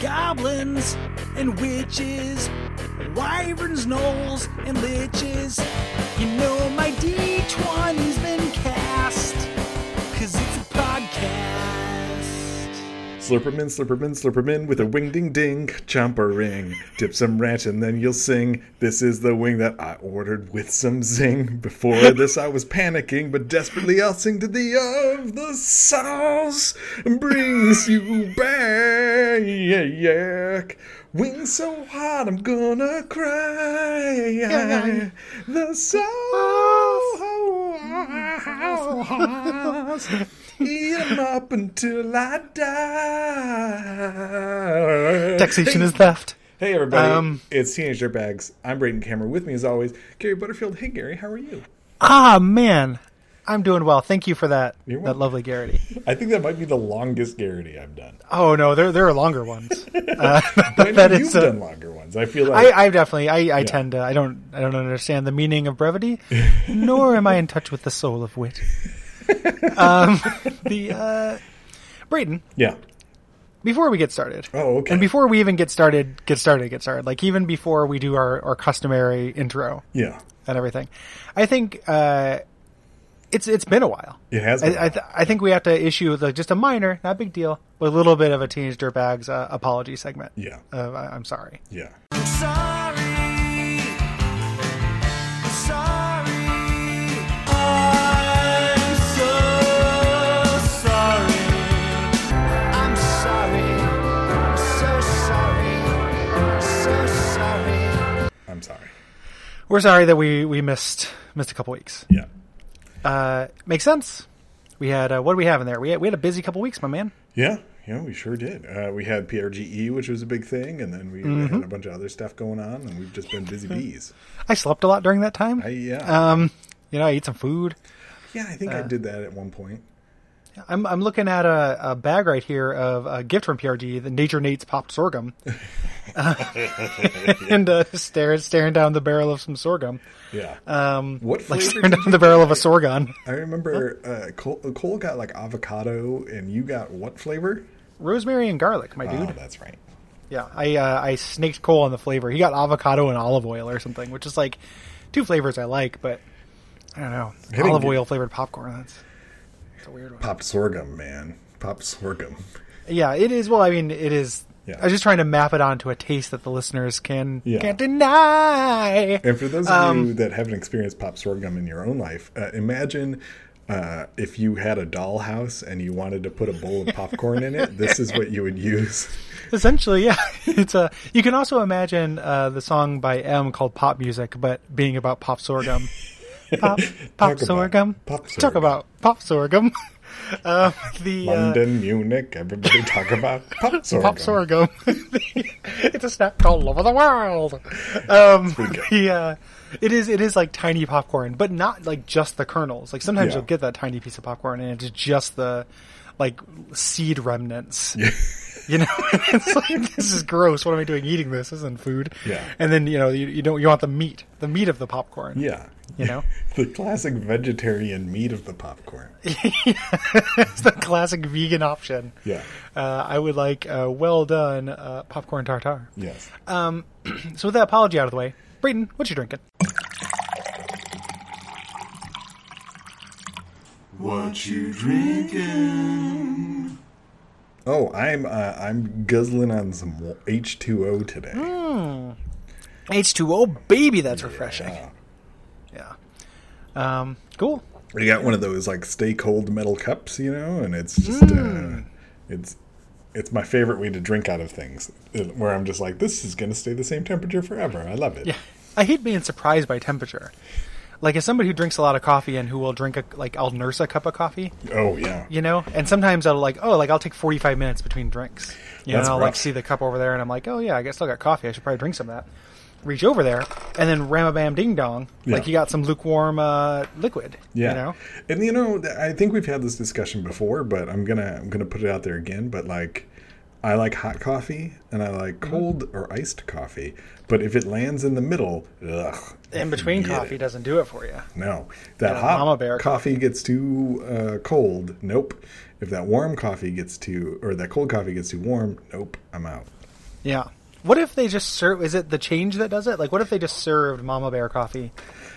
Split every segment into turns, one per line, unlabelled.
goblins and witches, wyverns, gnolls, and liches. You know my D20's been cast, cause it's a podcast.
Slurperman, slurperman, slurperman with a wing ding ding, chomper ring. Dip some ranch and then you'll sing. This is the wing that I ordered with some zing. Before this I was panicking, but desperately I'll sing to thee of the sauce brings you back. Wings so hot I'm gonna cry. The sauce. Eat 'em up until I die.
Taxation is left.
Hey, everybody.
Um,
it's Teenage Dirtbags. I'm Braden Cameron. With me, as always, Gary Butterfield. Hey, Gary, how are you?
Ah, man. I'm doing well. Thank you for that.
You're
that
welcome.
lovely Garrity.
I think that might be the longest Garrity I've done.
Oh no, there there are longer ones. Uh,
I know
that
you've
is. uh,
done longer ones. I feel like.
I, I definitely. I, I tend to. I don't. I don't understand the meaning of brevity, nor am I in touch with the soul of wit. Um, the uh, Brayden.
yeah.
Before we get started,
Oh, okay.
and before we even get started, get started, get started. Like even before we do our our customary intro
yeah.
and everything, I think uh, it's it's been a while.
It has been.
I, I, th- I think we have to issue like just a minor, not a big deal, but a little bit of a teenage dirtbags uh, apology segment.
yeah.
Uh, I, I'm sorry.
Yeah.
Sorry. Sorry. I'm so sorry. I'm sorry. I'm so sorry. So sorry.
I'm sorry.
We're sorry that we we missed missed a couple weeks.
Yeah.
Uh, makes sense. We had uh, what do we have in there? We had, we had a busy couple weeks, my man.
Yeah. Yeah, we sure did. Uh, we had PRGE, which was a big thing, and then we
Mm-hmm.
had a bunch of other stuff going on, and we've just been busy bees.
I slept a lot during that time.
I, yeah.
Mm-hmm. um, uh, you know, I ate some food.
yeah, I think I did that at one point.
I'm I'm looking at a, a bag right here of a gift from PRG, the Nature Nate's popped sorghum, Uh, and uh, staring staring down the barrel of some sorghum.
Yeah.
Um,
What
like
flavor
staring
did
down the barrel of a sorghum.
I remember uh, Cole, Cole got like avocado, and you got what flavor?
Rosemary and garlic, my
Oh,
dude.
that's right.
Yeah, I uh, I snaked Cole on the flavor. He got avocado and olive oil or something, which is like two flavors I like, but I don't know.
Hitting
olive
the-
oil flavored popcorn. That's, that's a weird one.
Popped sorghum, man. Popped sorghum.
Yeah, it is. Well, I mean, it is.
Yeah.
I was just trying to map it onto a taste that the listeners can
Yeah.
can't deny.
And for those of
Um,
you that haven't experienced pop sorghum in your own life, uh, imagine uh, if you had a dollhouse and you wanted to put a bowl of popcorn in it. This is what you would use.
Essentially, yeah, it's a. You can also imagine uh, the song by M called "Pop Music," but being about pop sorghum. Pop, pop
about
sorghum.
pop
Talk
sorghum.
about pop sorghum. um, the uh,
London, Munich, everybody talk about pop sorghum.
pop sorghum. it's a snack all over the world. Um,
pretty good.
the, uh, it is it is like tiny popcorn, but not like just the kernels. Like sometimes
Yeah.
you'll get that tiny piece of popcorn, and it's just the like seed remnants. You know, it's like this is gross. What am I doing eating this? This isn't food.
Yeah.
And then you know you, you don't you want the meat, the meat of the popcorn.
Yeah.
You know,
The classic vegetarian meat of the popcorn.
it's the classic vegan option.
Yeah.
Uh, I would like uh, well done uh, popcorn tartare.
Yes.
Uh,
So with that apology out of the way, Brayden, what you drinking?
What you drinking?
Oh, I'm uh, I'm guzzling on some H2O today.
H2O, baby, that's refreshing. Yeah. Um, cool.
We got one of those like stay cold metal cups, you know, and it's just
Hmm.
uh, it's it's my favorite way to drink out of things. uh, Where I'm just like, this is gonna stay the same temperature forever. I love it.
Yeah. I hate being surprised by temperature. Like, as somebody who drinks a lot of coffee and who will drink, a, like, I'll nurse a cup of coffee,
Oh yeah.
you know? And sometimes I'll, like, oh, like, I'll take 45 minutes between drinks. You know,
That's
and I'll, like,
rough.
see the cup over there and I'm like, oh, yeah, I guess I still got coffee. I should probably drink some of that. Reach over there, and then ram a bam ding dong. Like,
Yeah.
you got some lukewarm uh, liquid.
Yeah.
You know?
And you know, th- I think we've had this discussion before, but I'm gonna I'm gonna put it out there again. But like, I like hot coffee and I like
Mm-hmm.
cold or iced coffee. But if it lands in the middle, ugh.
In between
forget
coffee
it.
doesn't do it for you.
No, that
Yeah,
hot
Mama Bear
coffee gets too uh, cold. Nope. If that warm coffee gets too, or that cold coffee gets too warm, nope. I'm out.
Yeah. What if they just serve? Is it the change that does it? Like, what if they just served Mama Bear coffee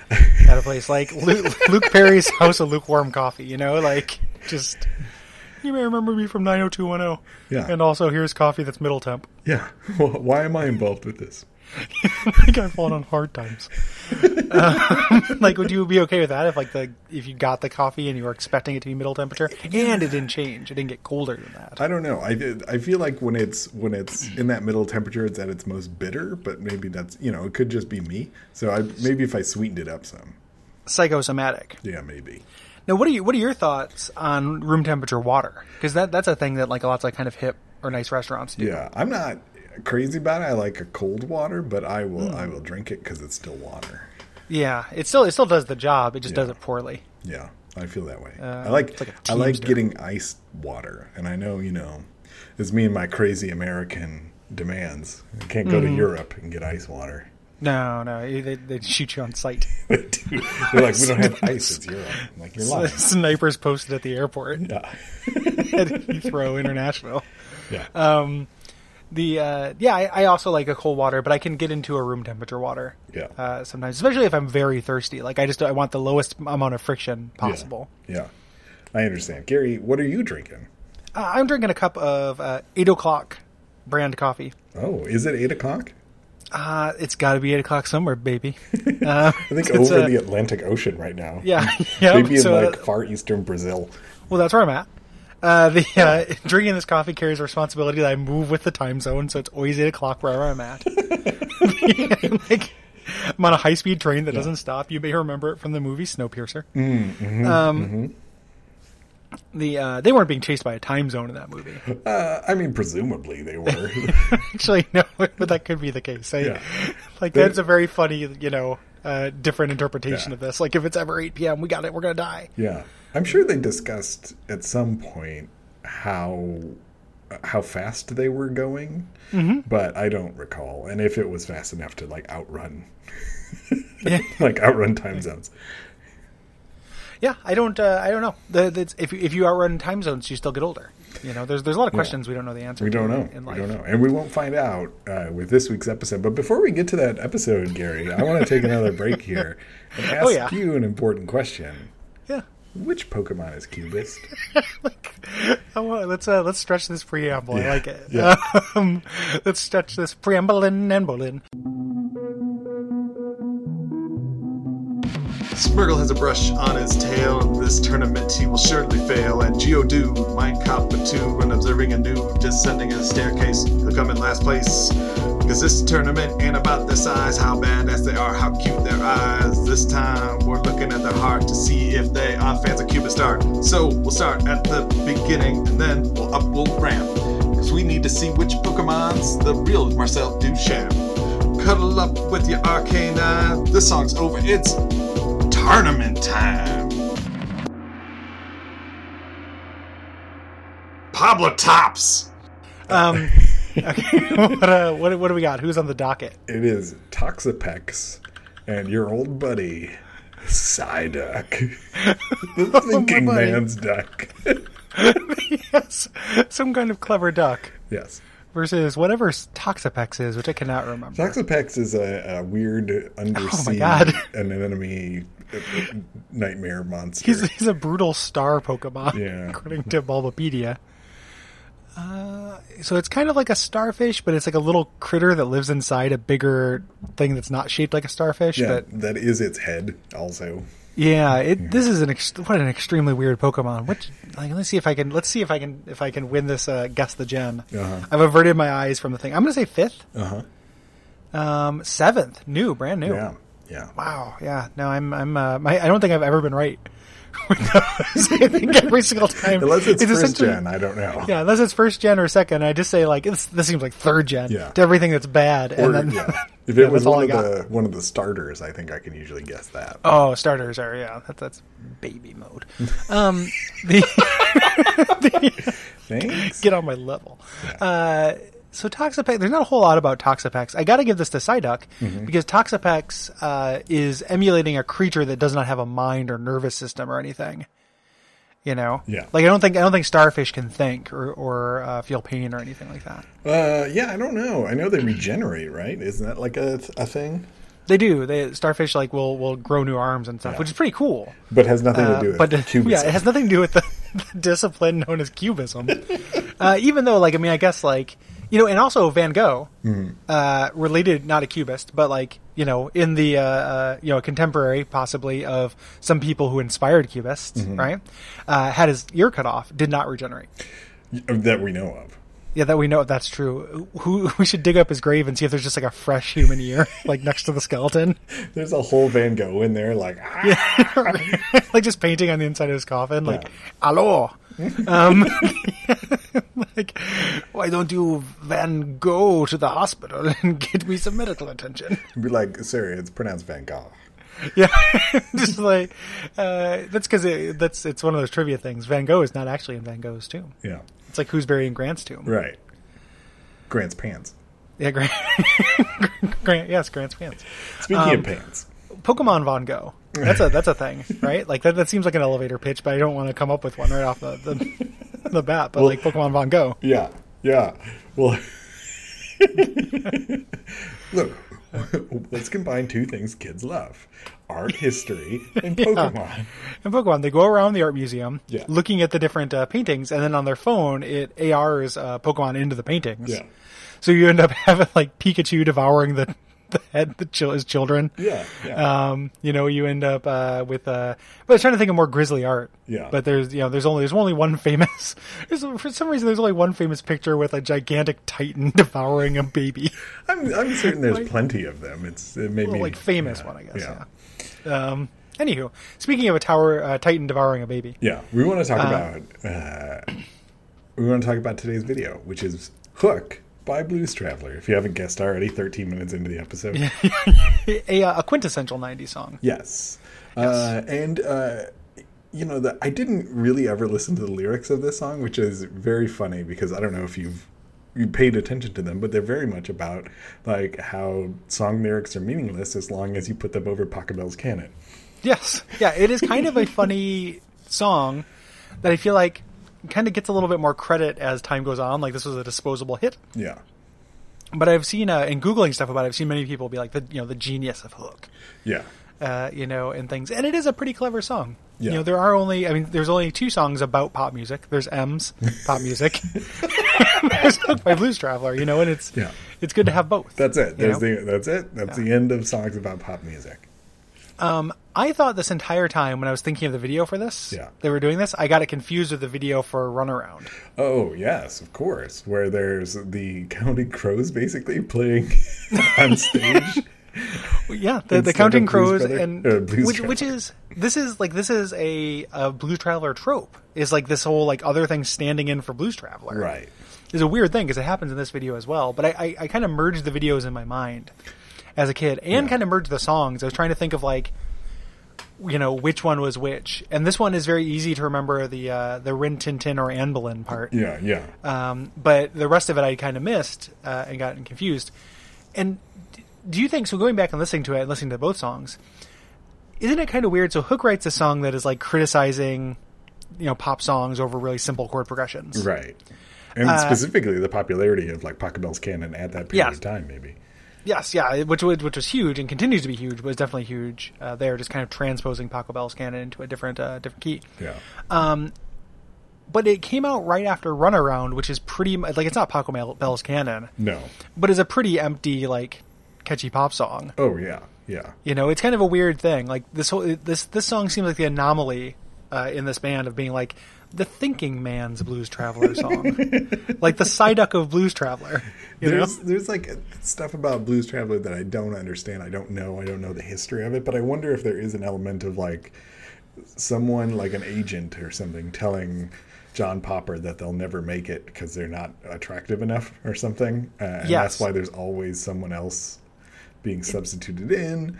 at a place like Luke, Luke Perry's House of Lukewarm Coffee? You know, like just you may remember me from nine hundred two one zero.
Yeah.
And also, here's coffee that's middle temp.
Yeah. Wh- Why am I involved with this?
I think I've fallen on hard times. Um, like, would you be okay with that if like the if you got the coffee and you were expecting it to be middle temperature and it didn't change, it didn't get colder than that?
I don't know. I I feel like when it's when it's in that middle temperature, it's at its most bitter. But maybe that's you know it could just be me. So I maybe if I sweetened it up some,
Psychosomatic.
yeah, maybe.
Now, what are you? What are your thoughts on room temperature water? Because that that's a thing that like lots of kind of hip or nice restaurants do.
Yeah, I'm not crazy about it. I like a cold water, but I will I will drink it because it's still water.
Yeah, it still it still does the job. It just does it poorly.
Yeah, I feel that way. I Uh, like,
like a
I like
Teamster.
getting iced water, and I know you know, it's me and my crazy American demands. I can't go to Europe and get ice water.
No, no, they they shoot you on sight.
They do. They're like, we don't have ice. It's Europe. I'm like you're lying.
Snipers posted at the airport
Yeah.
at Heathrow International.
Yeah.
Um, the uh, yeah, I, I also like a cold water, but I can get into a room temperature water.
Yeah.
Uh, sometimes, especially if I'm very thirsty, like I just I want the lowest amount of friction
Yeah.
possible.
Yeah. I understand. Gary, what are you drinking?
Uh, I'm drinking a cup of uh, eight o'clock brand coffee.
Oh, is it eight o'clock?
Uh, it's got to be eight o'clock somewhere, baby.
I think
It's
over
a-
the Atlantic Ocean right now.
Yeah, yeah.
Maybe in
so,
like
uh,
far eastern Brazil.
well, that's where I'm at. Uh, the uh, drinking this coffee carries a responsibility that I move with the time zone, so it's always eight o'clock wherever I'm at. like, I'm on a high speed train that doesn't stop. You may remember it from the movie Snowpiercer.
Mm, mm-hmm,
um, The uh, they weren't being chased by a time zone in that movie.
Uh, I mean, presumably they were.
Actually, no, but that could be the case. I,
Yeah.
Like
They-
that's a very funny, you know, uh, different interpretation
Yeah.
of this. Like if it's ever eight p.m., we got it. We're gonna die.
yeah. I'm sure they discussed at some point how how fast they were going,
Mm-hmm.
but I don't recall. And if it was fast enough to like outrun,
Yeah.
like outrun time zones.
Yeah, I don't. Uh, I don't know. The, the, if you- if you outrun time zones, you still get older. You know, there's there's a lot of questions we don't know the answer.
We
to
don't
in-
know.
In
We
life.
don't know. And we won't find out uh, with this week's episode. But before we get to that episode, Gary, I want to take another break here and ask
Oh, yeah.
you an important question.
Yeah.
Which Pokemon is cutest?
Oh, well, let's uh, let's stretch this preamble.
Yeah.
I like it.
Yeah.
Um, let's stretch this preamble and embolin.
Smirgle has a brush on his tail. In this tournament, he will surely fail. And Geodude, mind cop a two, when observing a new descending a staircase, he'll come in last place. Cause this tournament ain't about their size, how badass they are, how cute their eyes. This time, we're looking at their heart to see if they are fans of Cupid Star. So, we'll start at the beginning, and then we'll up we'll ramp. Cause we need to see which Pokemon's the real Marcel Duchamp. Cuddle up with your arcane eye. This song's over. It's tournament time. Pablo Tops.
Um, okay. what, uh, what what do we got? Who's on the docket?
It is Toxapex and your old buddy, Psyduck. the thinking
Oh, buddy.
man's duck.
yes, some kind of clever duck
yes.
versus whatever Toxapex is, which I cannot remember.
Toxapex is a, a weird undersea
Oh, God.
anemone uh, uh, nightmare monster.
He's, he's a brutal star Pokemon,
Yeah.
according to Bulbapedia. Uh, so it's kind of like a starfish, but it's like a little critter that lives inside a bigger thing that's not shaped like a starfish.
yeah,
But
that is its head also.
yeah, it, this is an ex- what an extremely weird Pokemon. Which like, let's see if I can let's see if I can if I can win this uh, guess the gen.
Uh-huh.
I've averted my eyes from the thing. I'm going to say fifth,
Uh-huh.
um, seventh, new, brand new.
Yeah. Yeah.
Wow. Yeah. No, I'm. I'm. Uh, my, I don't think I've ever been right. with those. I think every single time,
Unless it's, first
essentially-
gen, I don't know.
Yeah, unless it's first gen or second, I just say like this. This seems like third gen
Yeah.
to everything that's bad,
Or,
and then
yeah. If it
Yeah,
was
that's all
one
I
of
got.
the one of the starters, I think I can usually guess that.
oh, starters are yeah, that, that's baby mode. Um, the,
Thanks.
get on my level. Uh, so Toxapex, there's not a whole lot about Toxapex. I got to give this to Psyduck because Toxapex uh, is emulating a creature that does not have a mind or nervous system or anything. You know,
Yeah.
Like I don't think I don't think starfish can think or or uh, feel pain or anything like that.
Uh, yeah, I don't know. I know they regenerate, right? Isn't that like a, a thing?
They do. They starfish like will will grow new arms and stuff, which is pretty cool.
But has nothing to do with
Uh, but
cubism.
yeah, it has nothing to do with the, the discipline known as cubism. uh, even though, like, I mean, I guess, like, you know, and also Van Gogh,
Mm-hmm.
uh, related not a cubist, but like, you know, in the uh, uh, you know contemporary possibly of some people who inspired cubists,
Mm-hmm.
right? Uh, had his ear cut off, did not regenerate.
that we know of.
Yeah, that we know that's true. Who we should dig up his grave and see if there's just like a fresh human ear, like next to the skeleton.
There's a whole Van Gogh in there, like ah,
like just painting on the inside of his coffin, like "Hello," um, like why don't you Van Gogh to the hospital and get me some medical attention?
be like, sorry, it's pronounced Van Gogh.
Yeah, just like uh, that's because it, that's it's one of those trivia things. Van Gogh is not actually in Van Gogh's tomb.
Yeah,
It's like who's burying Grant's tomb?
right. Grant's pants.
Yeah, Grant. Grant, yes, Grant's pants.
Speaking
Um,
of pants,
Pokemon Von Gogh. That's a that's a thing, right? Like that, that seems like an elevator pitch, but I don't want to come up with one right off the the, the bat. But like Pokemon Von Gogh.
yeah, yeah. Well, look, let's combine two things kids love: art history and Pokemon.
in Pokemon, they go around the art museum,
Yeah.
looking at the different uh, paintings, and then on their phone, it ARs uh, Pokemon into the paintings.
Yeah,
So you end up having like Pikachu devouring the, the head that chil- is children.
yeah, yeah.
Um, you know, you end up uh, with uh, but I was trying to think of more grisly art.
Yeah.
But there's you know there's only there's only one famous. There's, for some reason there's only one famous picture with a gigantic titan devouring a baby.
I'm, I'm certain there's plenty of them. It's it made
Well,
me
like famous
yeah,
one, I guess.
Yeah,
Yeah. Um. Anywho, speaking of a tower uh, titan devouring a baby.
yeah. We want to talk about uh, we want to talk about today's video, which is Hook by Blues Traveler. If you haven't guessed already, 13 minutes into the episode.
a, uh, a quintessential 90s song.
Yes. Uh, and, uh, you know, the, I didn't really ever listen to the lyrics of this song, which is very funny because I don't know if you've you paid attention to them, but they're very much about like how song lyrics are meaningless as long as you put them over Pachelbel's canon.
Yes. Yeah, it is kind of a funny song that I feel like kind of gets a little bit more credit as time goes on. Like this was a disposable hit.
Yeah.
But I've seen, uh, in Googling stuff about it, I've seen many people be like, the, you know, the genius of Hook,
Yeah.
uh, you know, and things. And it is a pretty clever song.
Yeah.
You know, there are only, I mean, there's only two songs about pop music. There's M's, pop music. there's Hook by Blues Traveler, you know, and it's,
Yeah.
it's good to have both.
That's it.
you
That's
know?
the that's it. That's the end of songs about pop music.
I thought this entire time when I was thinking of the video for this,
Yeah.
they were doing this, I got it confused with the video for Runaround.
Oh yes, of course. Where there's the Counting Crows basically playing on stage.
Yeah, the,
Instead
the
of
Counting
Blues
Crows
Brother-
and
or Blues
which, which
Traveler.
is this is like this is a, a Blues Traveler trope is like this whole like other thing standing in for Blues Traveler.
right.
is a weird thing because it happens in this video as well. But I I, I kind of merged the videos in my mind as a kid and kind of merged the songs. I was trying to think of like you know which one was which, and this one is very easy to remember the uh, the Rin Tin Tin or Anne Boleyn part.
Yeah, yeah.
um, but the rest of it I kind of missed uh, and gotten confused. And d- do you think so? Going back and listening to it, and listening to both songs, isn't it kind of weird? So Hook writes a song that is like criticizing, you know, pop songs over really simple chord progressions.
Right. And
uh,
specifically the popularity of like Pachelbel's canon at that period
Yeah.
of time, maybe.
Yes, yeah, which was which was huge and continues to be huge, but was definitely huge uh, there. Just kind of transposing Paco Bell's canon into a different uh, different key.
Yeah.
But it came out right after Runaround, which is pretty mu- like it's not Paco Bell- Bell's canon,
no.
but is a pretty empty like catchy pop song.
Oh yeah. Yeah.
You know, it's kind of a weird thing. Like this whole this this song seems like the anomaly uh, in this band of being like the thinking man's blues traveler song, like the Psyduck of blues traveler. You know?
There's there's like stuff about Blues Traveler that I don't understand. I don't know. I don't know the history of it, but I wonder if there is an element of like someone like an agent or something telling John Popper that they'll never make it because they're not attractive enough or something. Uh, and that's
Yes.
why there's always someone else being substituted in.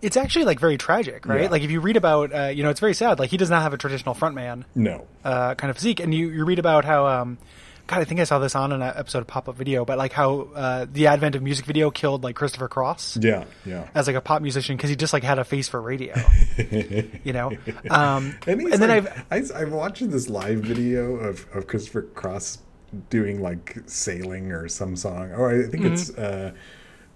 It's actually like very tragic, right?
Yeah.
Like if you read about, uh, you know, it's very sad. Like he does not have a traditional frontman
No.
uh, kind of physique, and you you read about how um, God, I think I saw this on an episode of Pop Up Video, but like how uh, the advent of music video killed like Christopher Cross
Yeah, yeah.
as like a pop musician because he just like had a face for radio, you know. Um,
And,
and
he's
then I've
like, I've, I, am watching this live video of, of Christopher Cross doing like sailing or some song, or I think it's uh,
Mm-hmm.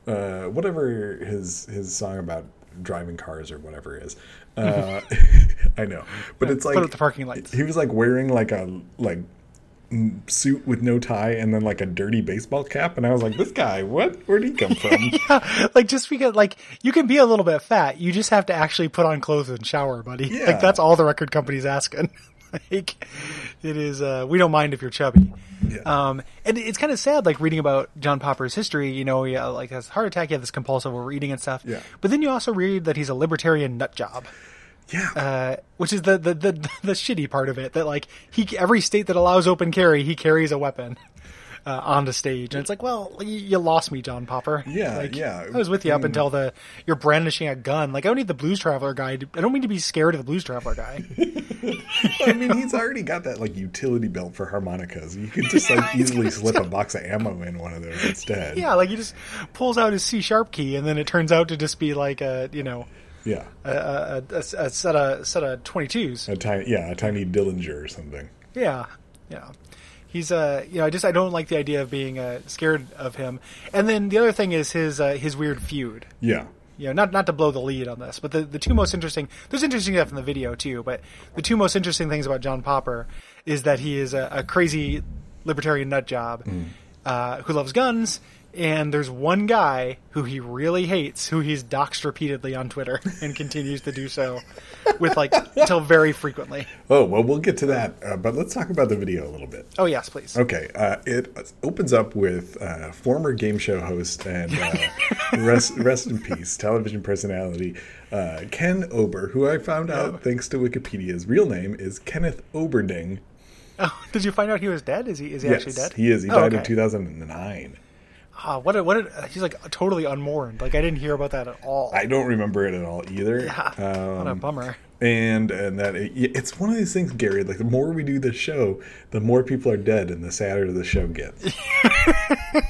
uh, whatever his his song about driving cars or whatever is. Uh, I know, but it's like
Mm-hmm. put up the parking lights.
he was like wearing like a like mm, suit with no tie and then like a dirty baseball cap, and I was like, this guy, what? Where'd he come from?
like just because like you can be a little bit fat you just have to actually put on clothes and shower buddy
Yeah.
like that's all the record company's asking like it is uh we don't mind if you're chubby
Yeah.
um and it's kind of sad like reading about john popper's history you know he uh, like has a heart attack he had this compulsive overeating and stuff
Yeah.
but then you also read that he's a libertarian nut job
yeah,
uh, which is the, the the the shitty part of it that like he every state that allows open carry he carries a weapon uh, on the stage and it's like well y- you lost me John Popper
Yeah,
Like,
yeah. Mm.
I was with you up until the you're brandishing a gun like I don't need the Blues Traveler guy to, I don't mean to be scared of the Blues Traveler guy
I mean, he's already got that like utility belt for harmonicas. You could just like easily slip a box of ammo in one of those instead.
yeah like he just pulls out his C sharp key and then it turns out to just be like a you know
yeah.
a, a, a, a set of set of twenty twos
A tiny, yeah, a tiny Dillinger or something.
Yeah, yeah. He's uh, you know, I just I don't like the idea of being uh, scared of him. And then the other thing is his uh, his weird feud.
Yeah,
You know, not not to blow the lead on this, but the the two most interesting. There's interesting stuff in the video too, but the two most interesting things about John Popper is that he is a, a crazy libertarian nut job uh, who loves guns. And there's one guy who he really hates, who he's doxed repeatedly on Twitter and continues to do so, with like until very frequently.
Oh well, we'll get to that. Uh, but let's talk about the video a little bit.
Oh yes, please.
Okay, uh, it opens up with uh, former game show host and uh, rest, rest in peace television personality uh, Ken Ober, who I found out thanks to Wikipedia's real name is Kenneth Oberding.
Oh, did you find out he was dead? Is he is he actually dead?
he is. He
Oh,
died in
okay.
2009.
Ah, what a, what a, he's like totally unmourned. Like I didn't hear about that at all.
I um, don't remember it at all either. Uh,
what a bummer.
and and that it, it's one of these things, Gary. Like the more we do this show, the more people are dead, and the sadder the show gets. It's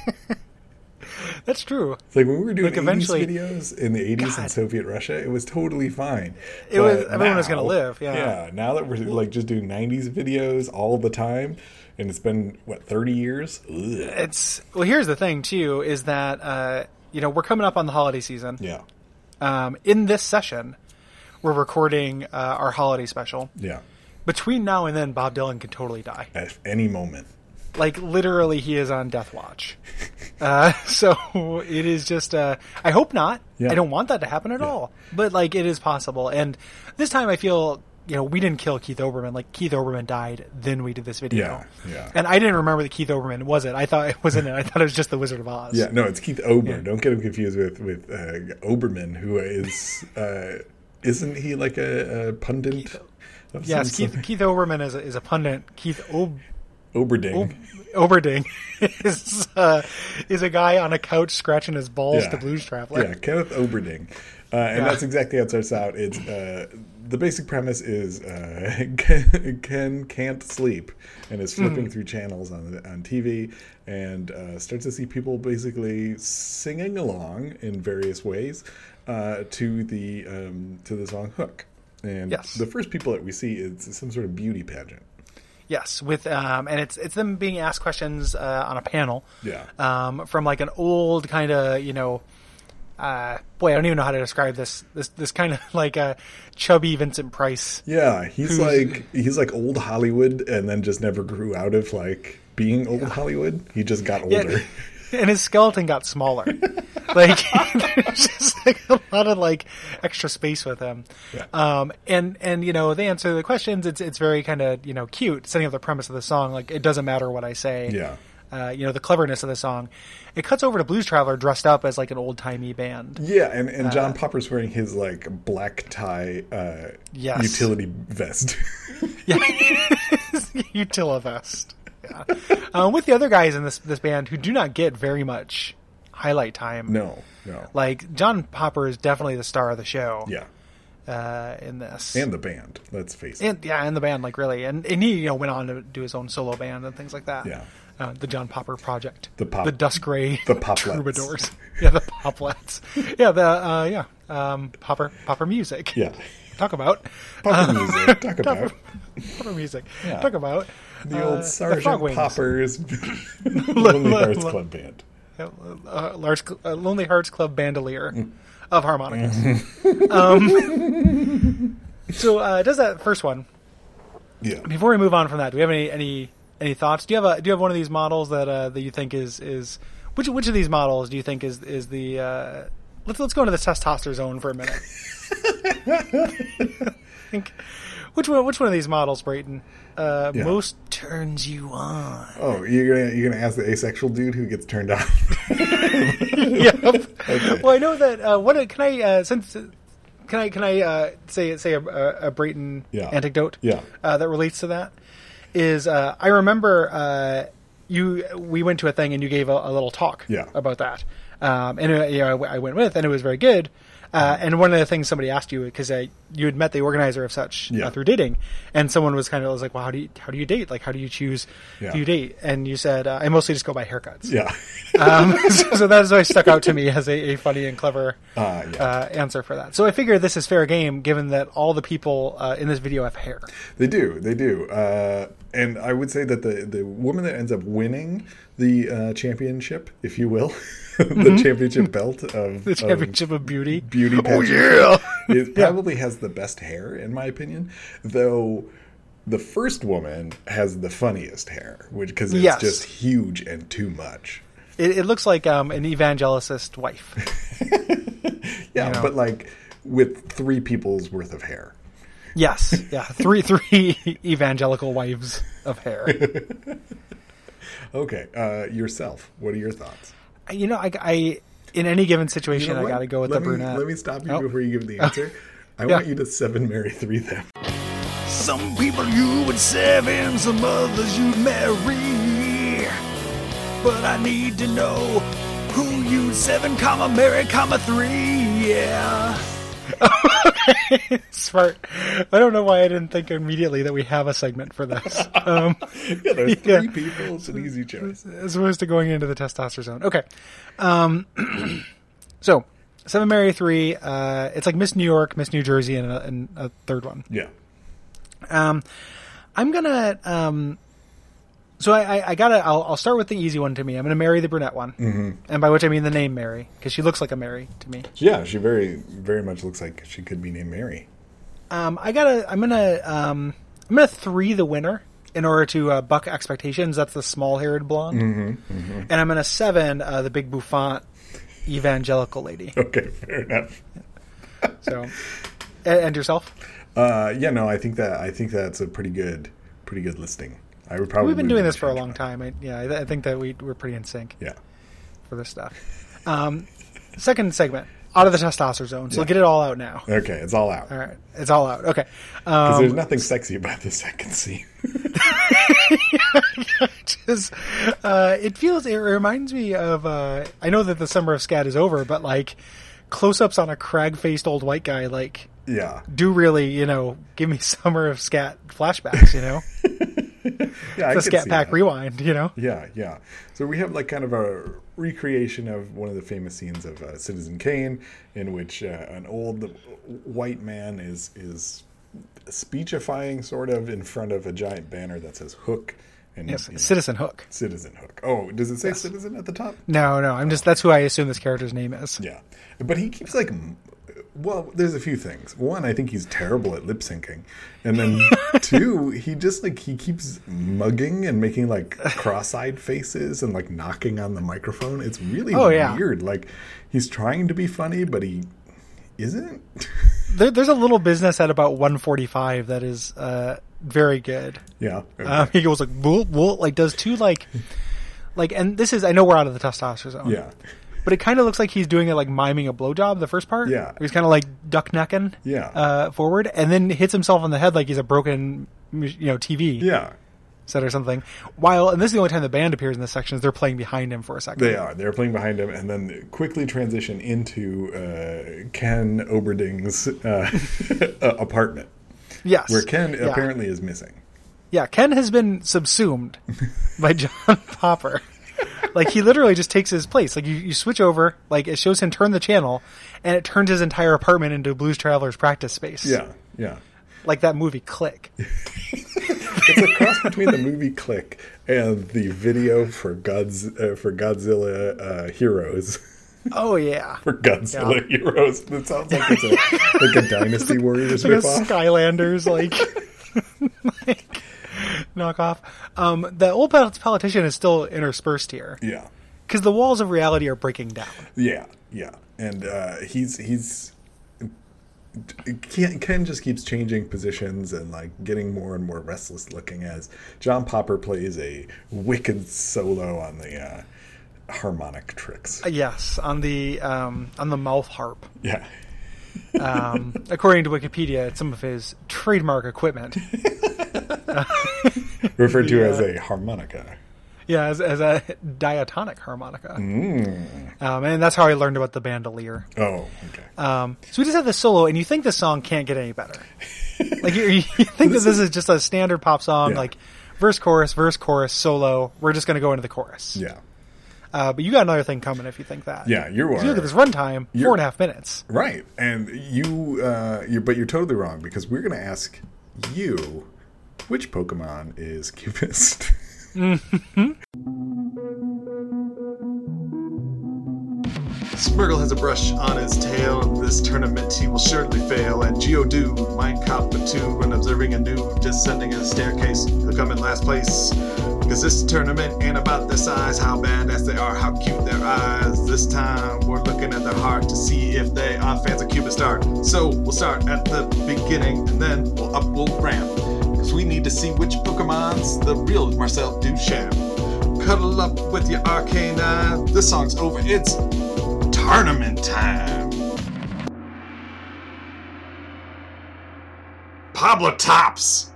That's true.
like when we were doing
Like, eventually-
80s videos in the 80s in
God.
Soviet Russia, it was totally fine.
It was-
But
everyone was gonna live, yeah.
yeah. Now that we're like just doing 90s videos all the time, and it's been what 30 years. Ugh.
It's well. Here's the thing too is that uh, you know we're coming up on the holiday season.
Yeah,
Um, in this session, we're recording uh, our holiday special.
yeah.
Between now and then, Bob Dylan could totally die.
At any moment.
Like literally, he is on death watch. Uh, so it is just. Uh, I hope not.
Yeah.
I don't want that to happen at all. But like, it is possible. And this time, I feel you know we didn't kill Keith Oberman. Like Keith Oberman died, then we did this video.
Yeah, yeah.
And I didn't remember that Keith Oberman was it. I thought it was in it. I thought it was just the Wizard of Oz.
Yeah, no, it's Keith Ober. Don't get him confused with with uh, Oberman, who is uh, isn't he like a, a pundit? of
Yes,
some-
Keith, Keith Oberman is a, is a pundit. Keith Ob-
Oberding.
Oberding is uh, is a guy on a couch scratching his balls
Yeah.
to Blues Traveler.
yeah, Kenneth Oberding, uh, and
Yeah.
that's exactly how it starts out. It's uh, the basic premise is uh, Ken, Ken can't sleep and is flipping
Mm.
through channels on the- on TV and uh, starts to see people basically singing along in various ways uh, to the um, to the song Hook. And
Yes.
the first people that we see is some sort of beauty pageant.
Yes, with um, and it's it's them being asked questions uh, on a panel.
Yeah.
Um, from like an old kind of you know, uh, boy, I don't even know how to describe this. This this kind of like a chubby Vincent Price.
Yeah, he's
Who's-
like he's like old Hollywood, and then just never grew out of like being old Hollywood. He just got older.
And his skeleton got smaller. like there's just like a lot of like extra space with him.
Yeah.
Um and and you know, they answer the questions. It's it's very kind of, you know, cute setting up the premise of the song like it doesn't matter what I say.
Yeah.
Uh, you know the cleverness of the song. It cuts over to Blues Traveler dressed up as like an old timey band.
Yeah, and, and John Popper's wearing his like black tie uh
Yes.
utility vest.
Utila vest. Yeah. um, with the other guys in this this band who do not get very much highlight time.
no, no.
Like John Popper is definitely the star of the show.
yeah.
uh, in this.
and the band. Let's face it.
And- yeah, and the band, like really, and and he you know went on to do his own solo band and things like that.
Yeah.
Uh, the John Popper Project,
The Pop-
the Dusk Gray,
the Poplets.
Troubadours, yeah, the Poplets, yeah, the uh, yeah, um, Popper Popper music,
yeah,
talk about
popper music. Talk about
Popper music,
Yeah.
talk about
the
uh,
old Sergeant
Frogwings.
Popper's Lonely
lo-
Hearts
lo-
Club Band.
uh, uh, Lars, uh, Lonely Hearts Club Bandolier
Mm.
of harmonicas. um, so uh, does that first one.
Yeah.
Before we move on from that, do we have any any any thoughts? Do you have a do you have one of these models that uh, that you think is is which which of these models do you think is is the uh, let's let's go into the testosterone zone for a minute. think which one which one of these models, Brayton, uh,
Yeah.
most turns you on?
Oh, you're gonna you're gonna ask the asexual dude who gets turned on?
yep. Well, I know that. Uh, what can I uh, since can I can I uh, say say a, a Brayton
Yeah.
anecdote?
Yeah.
uh, that relates to that is uh, I remember uh, you we went to a thing and you gave a, a little talk
Yeah.
about that, um, and uh, you know, I, w- I went with and it was very good. Uh,
Mm-hmm.
and one of the things somebody asked you because uh, you had met the organizer of such
Yeah.
uh, through dating, and someone was kind of was like, "Well, how do you how do you date? Like, how do you choose?
Yeah.
Do you date?" And you said, uh, "I mostly just go by haircuts."
yeah.
Um, so, so that has always stuck out to me as a, a funny and clever
Uh, yeah.
uh, answer for that. So I figure this is fair game, given that all the people uh, in this video have hair.
They do, they do, uh, and I would say that the the woman that ends up winning the uh, championship, if you will, the championship belt of
Mm-hmm. The championship of beauty.
of Oh, beauty. Oh
Yeah.
it probably has the best hair in my opinion though the first woman has the funniest hair which because it's
Yes.
just huge and too much
It, it looks like um, an evangelicist wife.
yeah
Yeah.
but like with three people's worth of hair
Yes, yeah, three three evangelical wives of hair.
okay uh yourself what are your thoughts
You know, I, I- in any given situation,
You know
I
what?
got to go with
let
the
me,
brunette.
let me stop you
Oh.
before you give the answer i
Yeah.
want you to seven marry three them
Some people you would seven, some others you'd marry. But I need to know who you seven, comma marry, comma three. Yeah.
Smart. I don't know why I didn't think immediately that we have a segment for this. Um,
yeah there's three
Yeah.
people it's an easy choice
as opposed to going into the testosterone zone. Okay. Um, so, Seven Mary Three, uh, it's like Miss New York, Miss New Jersey, and a, and a third one.
yeah
Um, I'm gonna. Um, so I, I, I gotta. I'll, I'll start with the easy one to me. I'm gonna marry the brunette one, mm-hmm. and by which I mean the name Mary, because she looks like a Mary to me.
yeah she very very much looks like she could be named mary
Um, I gotta. I'm gonna. Um, I'm gonna three the winner in order to uh, buck expectations. That's the small-haired blonde, and I'm gonna seven uh, the big bouffant evangelical lady.
okay fair enough
So, and, and yourself.
Uh, yeah, no, I think that I think that's a pretty good, pretty good listing. I would probably
We've been doing
would
this for a
change
long
mine.
time. I, yeah, I, I think that we we're pretty in sync.
Yeah,
for this stuff. Um, second segment, out of the testosterone zone. So
Yeah.
get it all out now.
okay, it's all out.
All right, it's all out. Okay.
'Cause there's
Um,
nothing sexy about the second scene.
just, uh, it feels. It reminds me of. Uh, I know that the summer of scat is over, but like close-ups on a crag-faced old white guy, like
yeah,
do really, you know, give me summer of scat flashbacks. You know,
yeah, I
the
could
scat
see
pack
that.
rewind. You know.
Yeah, yeah. So we have like kind of a recreation of one of the famous scenes of uh, Citizen Kane, in which uh, an old white man is is speechifying sort of in front of a giant banner that says Hook and
Yes,
you know,
Citizen Hook.
Citizen Hook. Oh, does it say Citizen at the top?
No, no, I'm just. That's who I assume this character's name is.
Yeah, but he keeps like, m- well, there's a few things. One, I think he's terrible at lip syncing, and then two, he just like he keeps mugging and making like cross-eyed faces and like knocking on the microphone. It's really
Oh, yeah.
weird. Like he's trying to be funny, but he isn't.
There, there's a little business at about 145 that is uh, very good.
yeah,
Um, he goes like whoop whoop, like does two like like and this is I know we're out of the testosterone zone.
yeah,
But it kinda looks like he's doing it like miming a blowjob the first part.
Yeah.
He's kinda like uh, duck necking
Yeah.
uh forward and then hits himself on the head like he's a broken you know, TV.
yeah.
set or something. While and this is the only time the band appears in this section is they're playing behind him for a second.
They are. They're playing behind him, and then quickly transition into uh, Ken Oberding's uh, apartment,
Yes.
where Ken
yeah.
apparently is missing.
Yeah, Ken has been subsumed by John Popper. Like he literally just takes his place. Like you, you switch over, like it shows him turn the channel, and it turns his entire apartment into Blues Traveler's practice space.
Yeah, yeah.
Like that movie Click.
It's a cross between the movie Click and the video for God's uh, for Godzilla uh, Heroes.
Oh yeah.
For Godzilla Heroes, that sounds like it's a, like a Dynasty Warriors
like a
ripoff.
Skylanders like, like knockoff. Um, the old polit- politician is still interspersed here
yeah,
because the walls of reality are breaking down.
yeah, yeah. And uh, he's he's Ken, Ken just keeps changing positions and like getting more and more restless looking as John Popper plays a wicked solo on the uh, harmonic tricks.
Yes, on the um, on the mouth harp.
Yeah,
Um, according to Wikipedia, it's some of his trademark equipment.
referred to as a harmonica.
Yeah, as, as a diatonic harmonica.
Mm.
Um, and that's how I learned about the bandolier.
Oh, okay.
Um, so we just have this solo, and you think the song can't get any better. Like you, you think that this is just a standard pop song,
Yeah.
like verse, chorus, verse, chorus, solo. We're just going to go into the chorus.
yeah,
Uh, but you got another thing coming if you think that.
yeah. You
If you look
are
at this runtime,
You're-
four and a half minutes.
right, and you, uh, you. But you're totally wrong because we're gonna ask you which Pokemon is cutest.
Smirgle has a brush on his tail. In this tournament, he will surely fail. And Geodude, Mind Cop, two, and observing a new descending a staircase, he'll come in last place. Cause this tournament ain't about their size, how badass they are, how cute their eyes. This time, we're looking at their heart to see if they are fans of Cupid Star. So, we'll start at the beginning, and then we'll up, we'll ramp. Cause we need to see which Pokemon's the real Marcel Duchamp. Cuddle up with your arcane eye. This song's over. It's tournament time. Pablo Tops.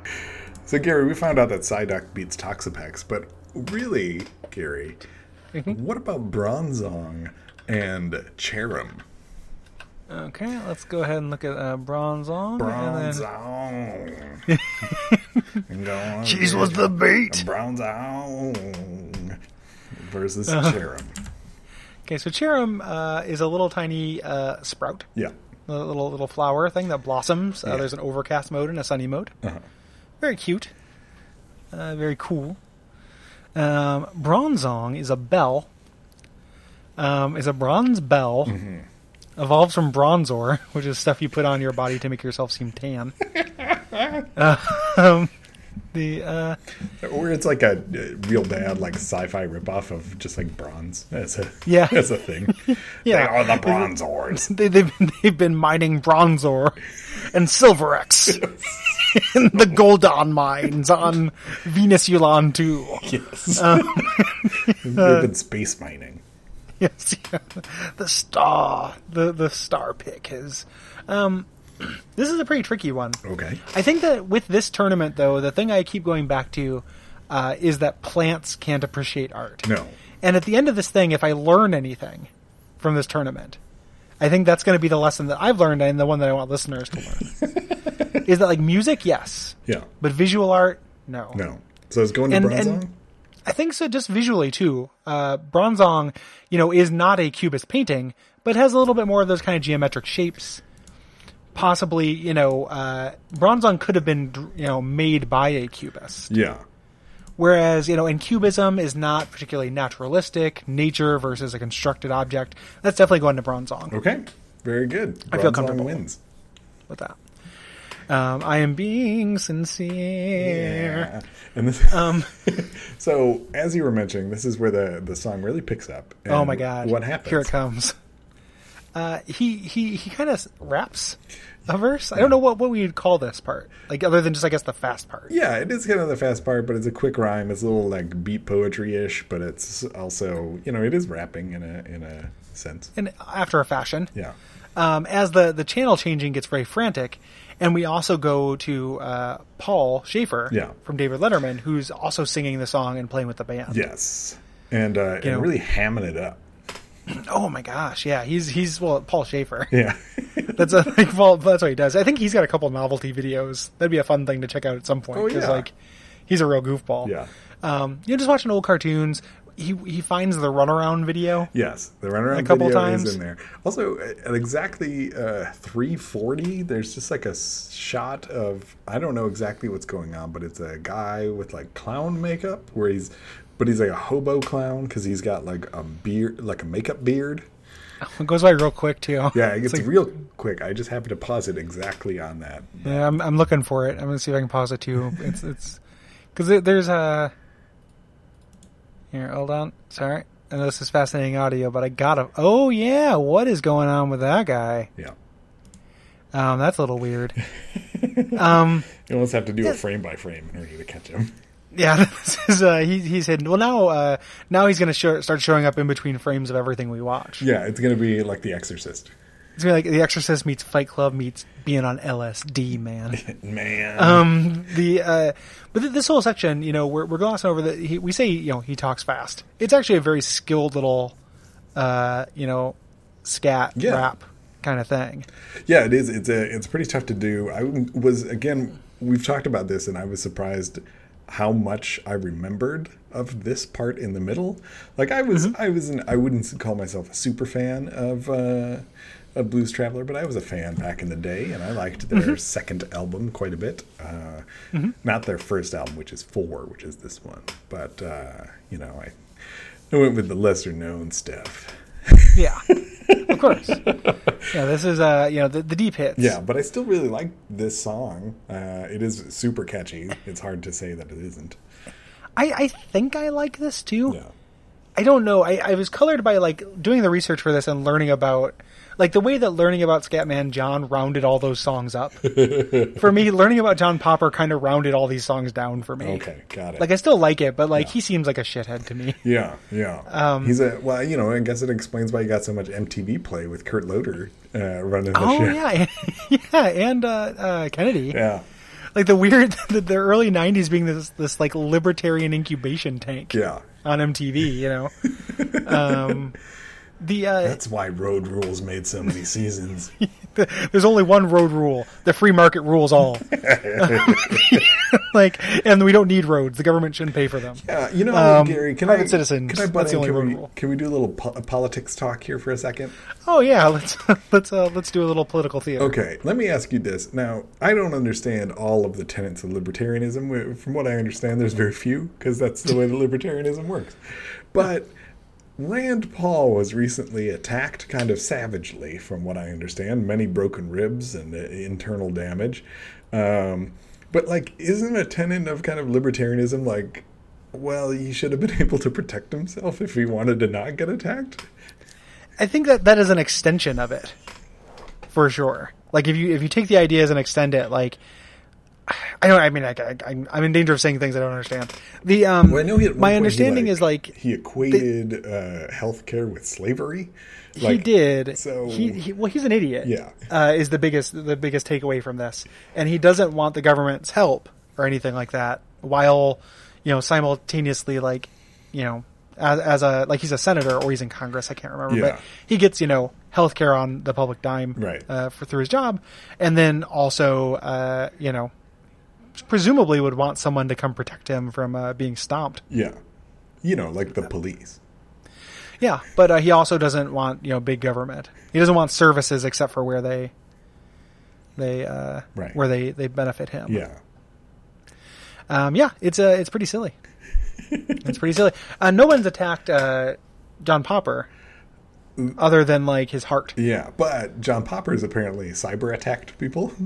so Gary, we found out that Psyduck beats Toxapex, but really, Gary, what about Bronzong and Cherim?
Okay, let's go ahead and look at uh, Bronzong. and then-
Bronzong. Going
Cheese was the bait.
Bronzong versus Cherim.
okay, so Cherum uh, is a little tiny uh, sprout.
Yeah.
a little little flower thing that blossoms. Uh,
Yeah.
there's an overcast mode and a sunny mode.
Uh-huh.
Very cute, uh, very cool. Um, Bronzong is a bell. Um, is a bronze bell.
Mm-hmm.
Evolves from bronzor, which is stuff you put on your body to make yourself seem tan. uh, um, the uh,
Or it's like a uh, real bad like sci-fi ripoff of just like bronze. That's a
Yeah.
That's a thing.
Yeah.
They are the bronze ores.
they, they've been, they've been mining bronzor and silverex in the Goldon mines on Venus Ulan too.
Yes.
Uh,
They've been space mining.
yes, yeah. the star, the the star pick is. Um, this is a pretty tricky one.
Okay.
I think that with this tournament, though, the thing I keep going back to uh, is that plants can't appreciate art.
No.
And at the end of this thing, if I learn anything from this tournament, I think that's going to be the lesson that I've learned and the one that I want listeners to learn. is that like music, yes,
Yeah.
but visual art, no.
No. So it's going to
And-
bronzong.
and- I think so, just visually too. Uh, Bronzong, you know, is not a cubist painting, but has a little bit more of those kind of geometric shapes. Possibly, you know, uh, Bronzong could have been, you know, made by a cubist.
yeah.
Whereas, you know, and cubism is not particularly naturalistic, nature versus a constructed object. That's definitely going to Bronzong
Okay. Very good. Bronzong
I feel comfortable.
wins.
with that. Um, I am being sincere.
Yeah. And this, um, so as you were mentioning, this is where the, the song really picks up.
Oh
and
my god!
What happens?
Here it comes. Uh, he he he kind of raps a verse. I don't know what what we would call this part, like other than just I guess the fast part.
Yeah, it is kind of the fast part, but it's a quick rhyme. It's a little like beat poetry ish, but it's also you know it is rapping in a in a sense.
And after a fashion,
Yeah,
um, as the the channel changing gets very frantic, And we also go to uh, Paul Schaefer
Yeah.
from David Letterman, who's also singing the song and playing with the band.
Yes. And, uh,
know-
and really hamming it up.
Oh my gosh, yeah, he's he's well Paul Schaefer.
Yeah.
That's a, like well, that's what he does. I think he's got a couple novelty videos. That'd be a fun thing to check out at some point.
Oh,
'cause,
yeah.
like he's a real goofball.
yeah.
Um, you know, just watching old cartoons. He he finds the runaround video.
Yes, the runaround
A couple
video
times.
is in there. Also, at exactly uh, three forty, there's just like a s- shot of I don't know exactly what's going on, but it's a guy with like clown makeup, where he's, but he's like a hobo clown because he's got like a beard, like a makeup beard.
It goes by real quick too.
Yeah, it gets
It's like-
real quick. I just happened to pause it exactly on that.
Yeah, I'm I'm looking for it. I'm gonna see if I can pause it too. It's it's because there's a here. Hold on, sorry. I know this is fascinating audio, but I gotta. Oh yeah, what is going on with that guy?
Yeah,
Um, that's a little weird. um,
you almost have to do a frame by frame in order to catch him.
yeah, this is uh, he, he's hidden. Well, now uh, now he's gonna show, start showing up in between frames of everything we watch.
Yeah, it's gonna be like The Exorcist.
It's gonna be like The Exorcist meets Fight Club meets being on LSD, man.
Man,
um the uh but th- this whole section you know we're, we're glossing over that he, we say you know he talks fast it's actually a very skilled little uh you know scat
Yeah.
rap kind of thing
Yeah, it is. It's a. It's pretty tough to do. I was again. We've talked about this, and I was surprised how much I remembered of this part in the middle. Like I was, I was. An, I wouldn't call myself a super fan of uh, of Blues Traveler, but I was a fan back in the day, and I liked their second album quite a bit. Uh, Not their first album, which is four, which is this one. But uh, you know, I I went with the lesser known stuff.
yeah of course yeah this is uh you know the, the deep hits
Yeah, but I still really like this song. Uh, it is super catchy. It's hard to say that it isn't.
i i think i like this too
Yeah,
I don't know. I, I was colored by like doing the research for this and learning about like the way that learning about Scatman John rounded all those songs up. for me, learning about John Popper kind of rounded all these songs down for me.
Okay, got it.
Like I still like it, but like he seems like a shithead to me.
yeah, yeah.
Um,
He's a well, you know. I guess it explains why he got so much MTV play with Kurt Loder uh, running the
Oh
show.
yeah, yeah, and uh, uh, Kennedy.
yeah,
Like the weird, the, the early '90s being this this like libertarian incubation tank
yeah.
on MTV. You know, um, the uh,
That's why Road Rules made so many seasons.
there's only one road rule the free market rules all like and we don't need roads the government shouldn't pay for them
Yeah, Uh, you know,
Um,
Gary, can
private
I
citizens,
Can I butt
that's the
in?
only
Can
road
we,
rule.
can we do a little po- politics talk here for a second?
oh yeah let's let's uh let's do a little political theater
Okay, let me ask you this. Now, I don't understand all of the tenets of libertarianism. Wh- From what I understand, there's very few because that's the way that libertarianism works. But Rand Paul was recently attacked kind of savagely, from what I understand. Many broken ribs and uh, internal damage. Um, but, like, isn't a tenet of kind of libertarianism like, well, he should have been able to protect himself if he wanted to not get attacked?
i think that that is an extension of it for sure like if you if you take the ideas and extend it like i don't i mean I, I, I'm- i'm in danger of saying things i don't understand the um
Well, I know he at one point
my
he,
understanding is like
he equated uh, healthcare with slavery.
he
Like,
did.
so-
he, he well, he's an idiot.
Yeah.
uh, is the biggest the biggest takeaway from this, and he doesn't want the government's help or anything like that. While you know, simultaneously, like you know, as, as a like he's a senator or he's in Congress. I can't remember,
Yeah.
but he gets you know health care on the public dime,
Right.
Uh, for through his job, and then also uh, you know, presumably would want someone to come protect him from uh, being stomped.
Yeah, you know, like the police.
Yeah, but uh, he also doesn't want you know big government. He doesn't want services except for where they they uh,
Right.
where they they benefit him.
Yeah,
um, yeah. It's uh, it's pretty silly. it's pretty silly. Uh, no one's attacked uh, John Popper
Mm.
other than like his heart.
yeah. But John Popper's apparently cyber attacked people.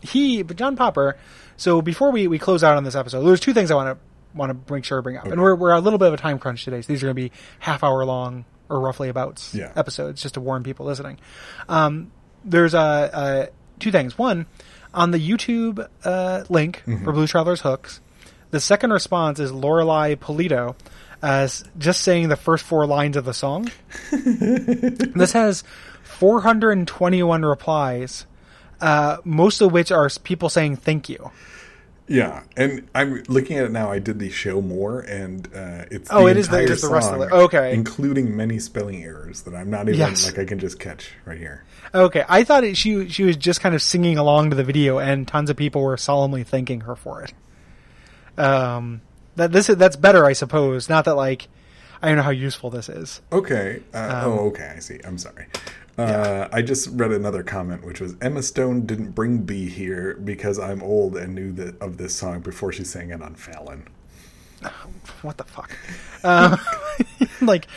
He, but John Popper. So before we we close out on this episode, there's two things I want to want to make sure I bring up, and we're we're a little bit of a time crunch today. So these are going to be half hour long or roughly about
Yeah.
episodes, just to warn people listening. Um, there's uh, uh, two things. One, on the YouTube uh, link for Blue Traveler's Hooks, the second response is Lorelei Polito uh, s- just saying the first four lines of the song. this has 421 replies. uh, most of which are people saying thank you.
Yeah, and I'm looking at it now. I did the show more, and uh, it's
Oh,
the
it is the-
entire
just the rest of
song,
the- okay.
including many spelling errors that I'm not even
Yes.
like I can just catch right here.
Okay, I thought it, she she was just kind of singing along to the video, and tons of people were solemnly thanking her for it. Um, that this is that's better, I suppose. Not that like I don't know how useful this is.
Okay. Uh, oh, okay. I see. I'm sorry. Uh, I just read another comment, which was Emma Stone didn't bring B here because I'm old and knew that of this song before she sang it on Fallon.
What the fuck? Um, like,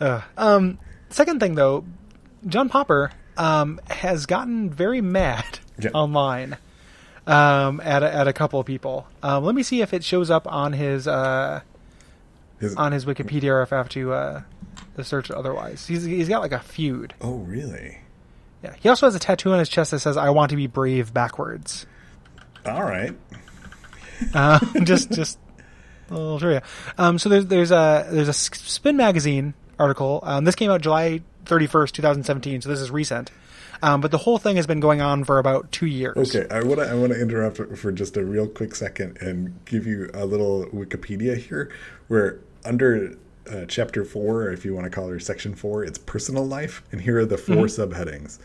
uh, um, second thing though, John Popper um has gotten very mad
Yeah.
online um at a, at a couple of people. Um, let me see if it shows up on his uh.
His-
on his Wikipedia or if I have to uh, to search otherwise. He's he's got like a feud.
oh, really?
Yeah. He also has a tattoo on his chest that says "I want to be brave" backwards.
All right.
Uh, just just a little trivia. Um, so there's there's a there's a S- Spin magazine article. Um, this came out July 31st, 2017. So this is recent. Um, but the whole thing has been going on for about two years.
Okay, I want to I want to interrupt for just a real quick second and give you a little Wikipedia here, where under uh, chapter four, or if you want to call it section four, it's personal life, and here are the 4
Mm-hmm.
subheadings: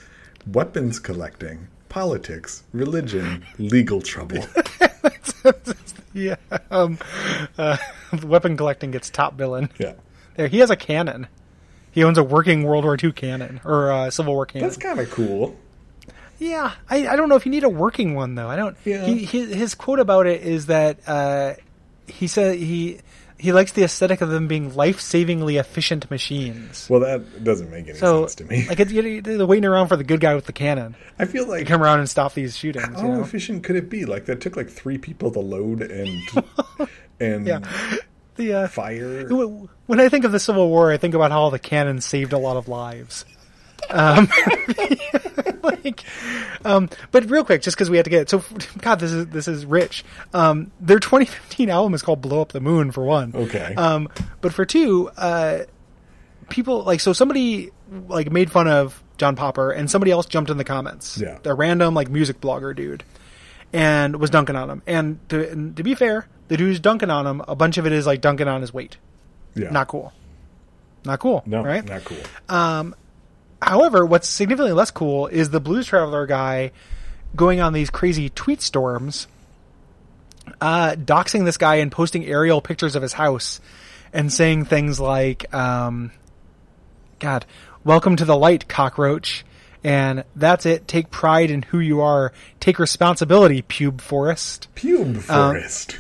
weapons collecting, politics, religion, legal trouble.
Yeah. Um, uh, weapon collecting gets top villain.
yeah,
There, he has a cannon. He owns a working World War II cannon or uh, Civil War cannon.
that's kind of cool.
Yeah, I, I don't know if you need a working one though. I don't.
Yeah.
He, his, his quote about it is that uh, he said he he likes the aesthetic of them being life savingly efficient machines.
Well, that doesn't make any
So
sense to me.
like it's, you know, they're waiting around for the good guy with the cannon
I feel
to
like
come around and stop these shootings. you
how
know?
efficient could it be? Like that took like three people to load and and
Yeah. The uh,
fire.
w- when I think of the Civil War, I think about how the cannon saved a lot of lives. Um, like, um, but real quick, just because we had to get it. So, God, this is this is rich. Um, their 2015 album is called "Blow Up the Moon" for one.
Okay.
Um, but for two, uh, people like so somebody like made fun of John Popper, and somebody else jumped in the comments.
Yeah.
a random like music blogger dude, and was dunking on him. And to, and to be fair, the dude's dunking on him. A bunch of it is like dunking on his weight.
yeah.
Not cool. Not cool.
No,
right?
not cool.
However, what's significantly less cool is the Blues Traveler guy going on these crazy tweet storms, uh, doxing this guy and posting aerial pictures of his house and saying things like, um, God, welcome to the light, cockroach. And that's it. Take pride in who you are. Take responsibility, pube forest.
Pube forest.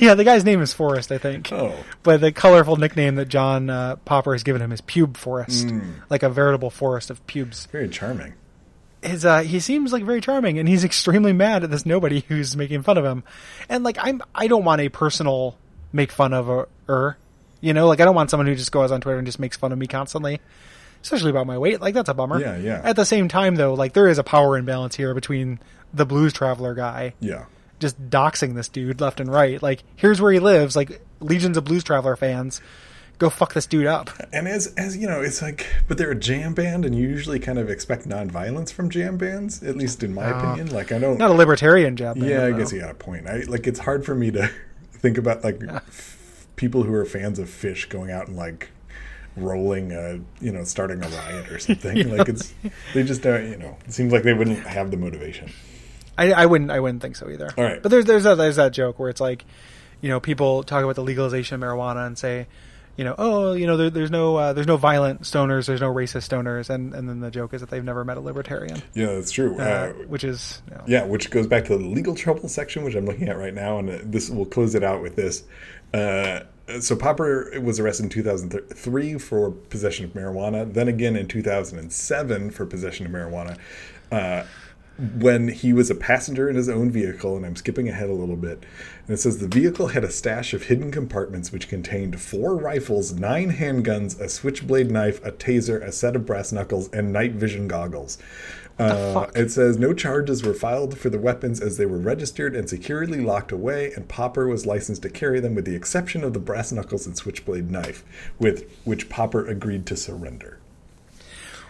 yeah, the guy's name is Forest, I think.
Oh.
But the colorful nickname that John uh, Popper has given him is Pube Forest,
Hmm.
like a veritable forest of pubes
Very charming.
his uh he seems like very charming and he's extremely mad at this nobody who's making fun of him and like i'm i don't want a personal make fun of or er, you know like i don't want someone who just goes on twitter and just makes fun of me constantly especially about my weight like that's a bummer
Yeah, yeah.
at the same time though like there is a power imbalance here between the blues traveler guy
Yeah.
just doxing this dude left and right like here's where he lives like legions of blues traveler fans go fuck this dude up
And as as you know, it's like but they're a jam band and you usually kind of expect nonviolence from jam bands, at least in my opinion. Like I don't
Uh, not a libertarian job man,
Yeah, I
though.
guess you got a point. I like it's hard for me to think about like f- people who are fans of fish going out and like rolling a you know starting a riot or something like it's they just don't you know it seems like they wouldn't have the motivation
I, I wouldn't. I wouldn't think so either.
All right.
But there's there's that there's that joke where it's like, you know, people talk about the legalization of marijuana and say, you know, oh, you know, there, there's no uh, there's no violent stoners, there's no racist stoners, and and then the joke is that they've never met a libertarian,
yeah that's true
uh,
uh,
which is you know,
Yeah, which goes back to the legal trouble section, which I'm looking at right now, and uh, this we'll close it out with this. Uh, so Popper was arrested in 2003 for possession of marijuana, then again in 2007 for possession of marijuana. Uh, when he was a passenger in his own vehicle, and I'm skipping ahead a little bit, and it says the vehicle had a stash of hidden compartments which contained four rifles, nine handguns, a switchblade knife, a taser, a set of brass knuckles, and night vision goggles. Uh, it says no charges were filed for the weapons as they were registered and securely locked away, and Popper was licensed to carry them with the exception of the brass knuckles and switchblade knife, with which Popper agreed to surrender.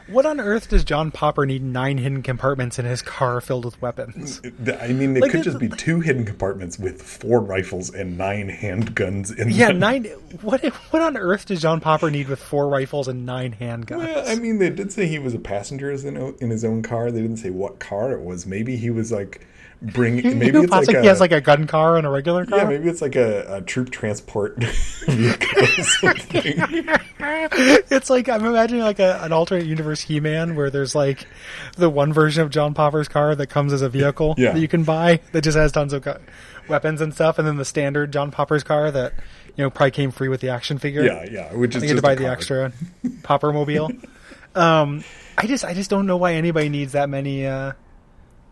What on earth does John Popper need nine hidden compartments in his car filled with weapons?
Th- I mean, it
Like,
could
it's-
just be two hidden compartments with four rifles and nine handguns in
Yeah,
them.
nine. What what on earth does John Popper need with four rifles and nine handguns?
Yeah, I mean, they did say he was a passenger in, in his own car. They didn't say what car it was. Maybe he was like bringing. Maybe it's
Possibly
like a,
he has like a gun car and a regular car.
yeah, maybe it's like a, a troop transport vehicle or something.
it's like I'm imagining like a, an alternate universe He-Man where there's like the one version of John Popper's car that comes as a vehicle
Yeah.
that you can buy that just has tons of gu- weapons and stuff, and then the standard John Popper's car that you know probably came free with the action figure.
yeah, yeah, which is just
you had to
a
buy the
car.
extra Popper mobile. um, I just I just don't know why anybody needs that many uh,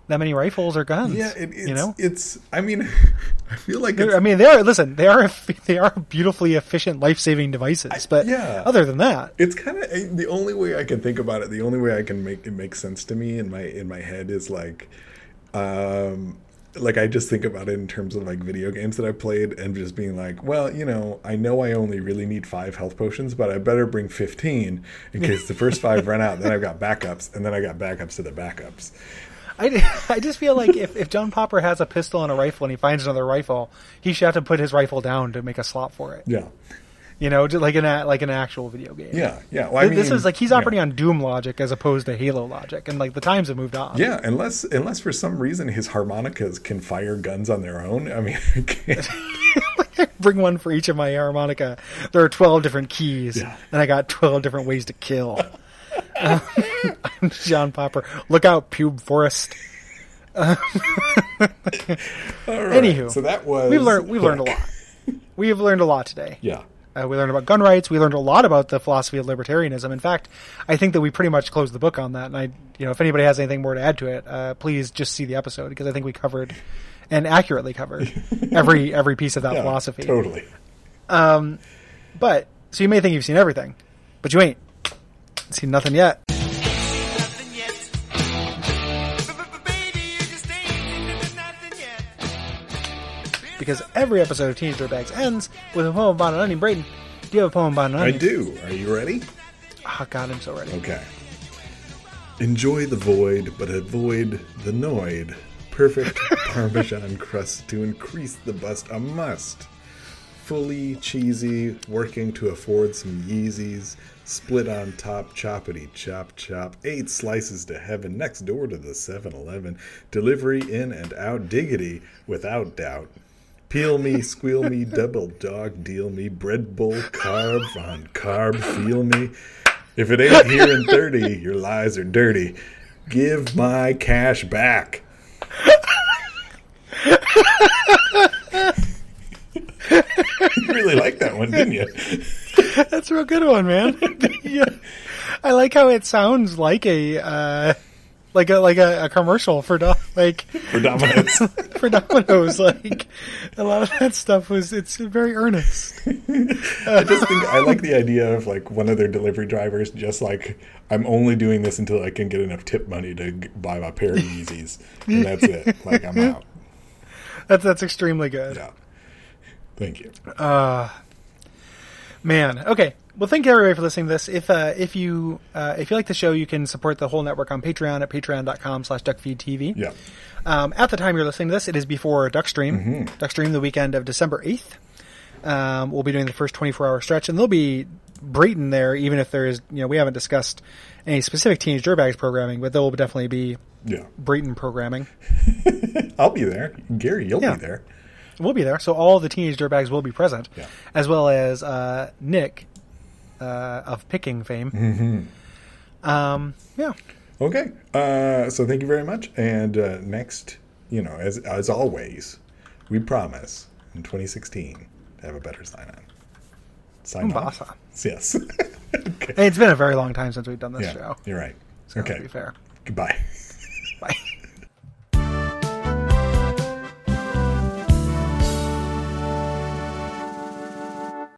that many rifles or guns.
Yeah, it, it's,
you know.
it's. I mean, I feel like
They're-
it's,
I mean, they are. Listen, they are they are beautifully efficient life-saving devices. But
yeah.
other than that,
it's kind of the only way I can think about it. The only way I can make it make sense to me in my in my head is like, um, like I just think about it in terms of like video games that I played and just being like, well, you know, I know I only really need five health potions, but I better bring fifteen in case the first five run out. Then I've got backups, and then I got backups to the backups.
I, I just feel like if, if John Popper has a pistol and a rifle and he finds another rifle, he should have to put his rifle down to make a slot for it.
Yeah,
You know, just like in a, like an actual video game.
yeah, yeah. Well, I
this
mean,
is like he's
yeah.
operating on Doom logic as opposed to Halo logic, and like the times have moved on.
Yeah, unless unless for some reason his harmonicas can fire guns on their own. I mean, I can't-
Bring one for each of my harmonica. There are twelve different keys,
Yeah.
and I got twelve different ways to kill. Um, I'm John Popper. Look out, pube forest.
All right,
Anywho,
so that was
We've learned we've learned a
Hook.
lot. We've learned a lot today.
Yeah.
Uh, we learned about gun rights. We learned a lot about the philosophy of libertarianism. In fact, I think that we pretty much closed the book on that. And I, you know, if anybody has anything more to add to it, uh, please just see the episode because I think we covered and accurately covered every every piece of that
Yeah,
philosophy.
Totally.
But so you may think you've seen everything, but you ain't seen nothing yet.
nothing yet. Baby, you just ain't seen nothing yet.
Because every episode of Teenage Dirtbags ends with a poem about an onion. Brayden, do you have a poem about an
I
onion?
do. Are you ready?
Oh God, I'm so ready.
Okay. Enjoy the void, but avoid the noid. Perfect Parmesan crust to increase the bust a must. Fully cheesy, working to afford some Yeezys. Split on top, choppity chop chop. Eight slices to heaven, next door to the 7 Eleven. Delivery in and out, diggity, without doubt. Peel me, squeal me, double dog deal me, bread bowl, carb on carb, feel me. If it ain't here in 30, your lies are dirty. Give my cash back. you really liked that one, didn't you?
That's a real good one, man. Yeah. I like how it sounds like a uh, like a like a, a commercial for do- like
For dominance.
for Domino's. Like a lot of that stuff was it's very earnest.
I just think I like the idea of like one of their delivery drivers just like I'm only doing this until I can get enough tip money to g- buy my pair of Yeezys, and that's it. Like I'm out.
That's that's extremely good,
Yeah. Thank you.
man. Okay. Well, thank you everybody for listening to this. If uh, if you uh, if you like the show, you can support the whole network on Patreon at patreon.com slash duckfeedtv.
Yeah.
Um, at the time you're listening to this, it is before Duckstream.
Mm-hmm.
Duckstream, the weekend of December 8th. Um, we'll be doing the first 24 hour stretch, and there'll be Brayton there, even if there is, you know, we haven't discussed any specific Teenage Dirtbags programming, but there will definitely be
Yeah.
Brayton programming.
I'll be there. Gary, you'll
Yeah.
be there.
We'll be there, so all the Teenage Dirtbags will be present,
Yeah.
as well as uh, Nick uh, of Picking fame.
Mm-hmm.
Um, yeah.
Okay. Uh, so thank you very much. And uh, next, you know, as as always, we promise in 2016 to have a better sign on. Sign
Mombasa.
on. Yes. okay.
It's been a very long time since we've done this
Yeah.
show.
You're right.
to
okay.
be fair.
Goodbye.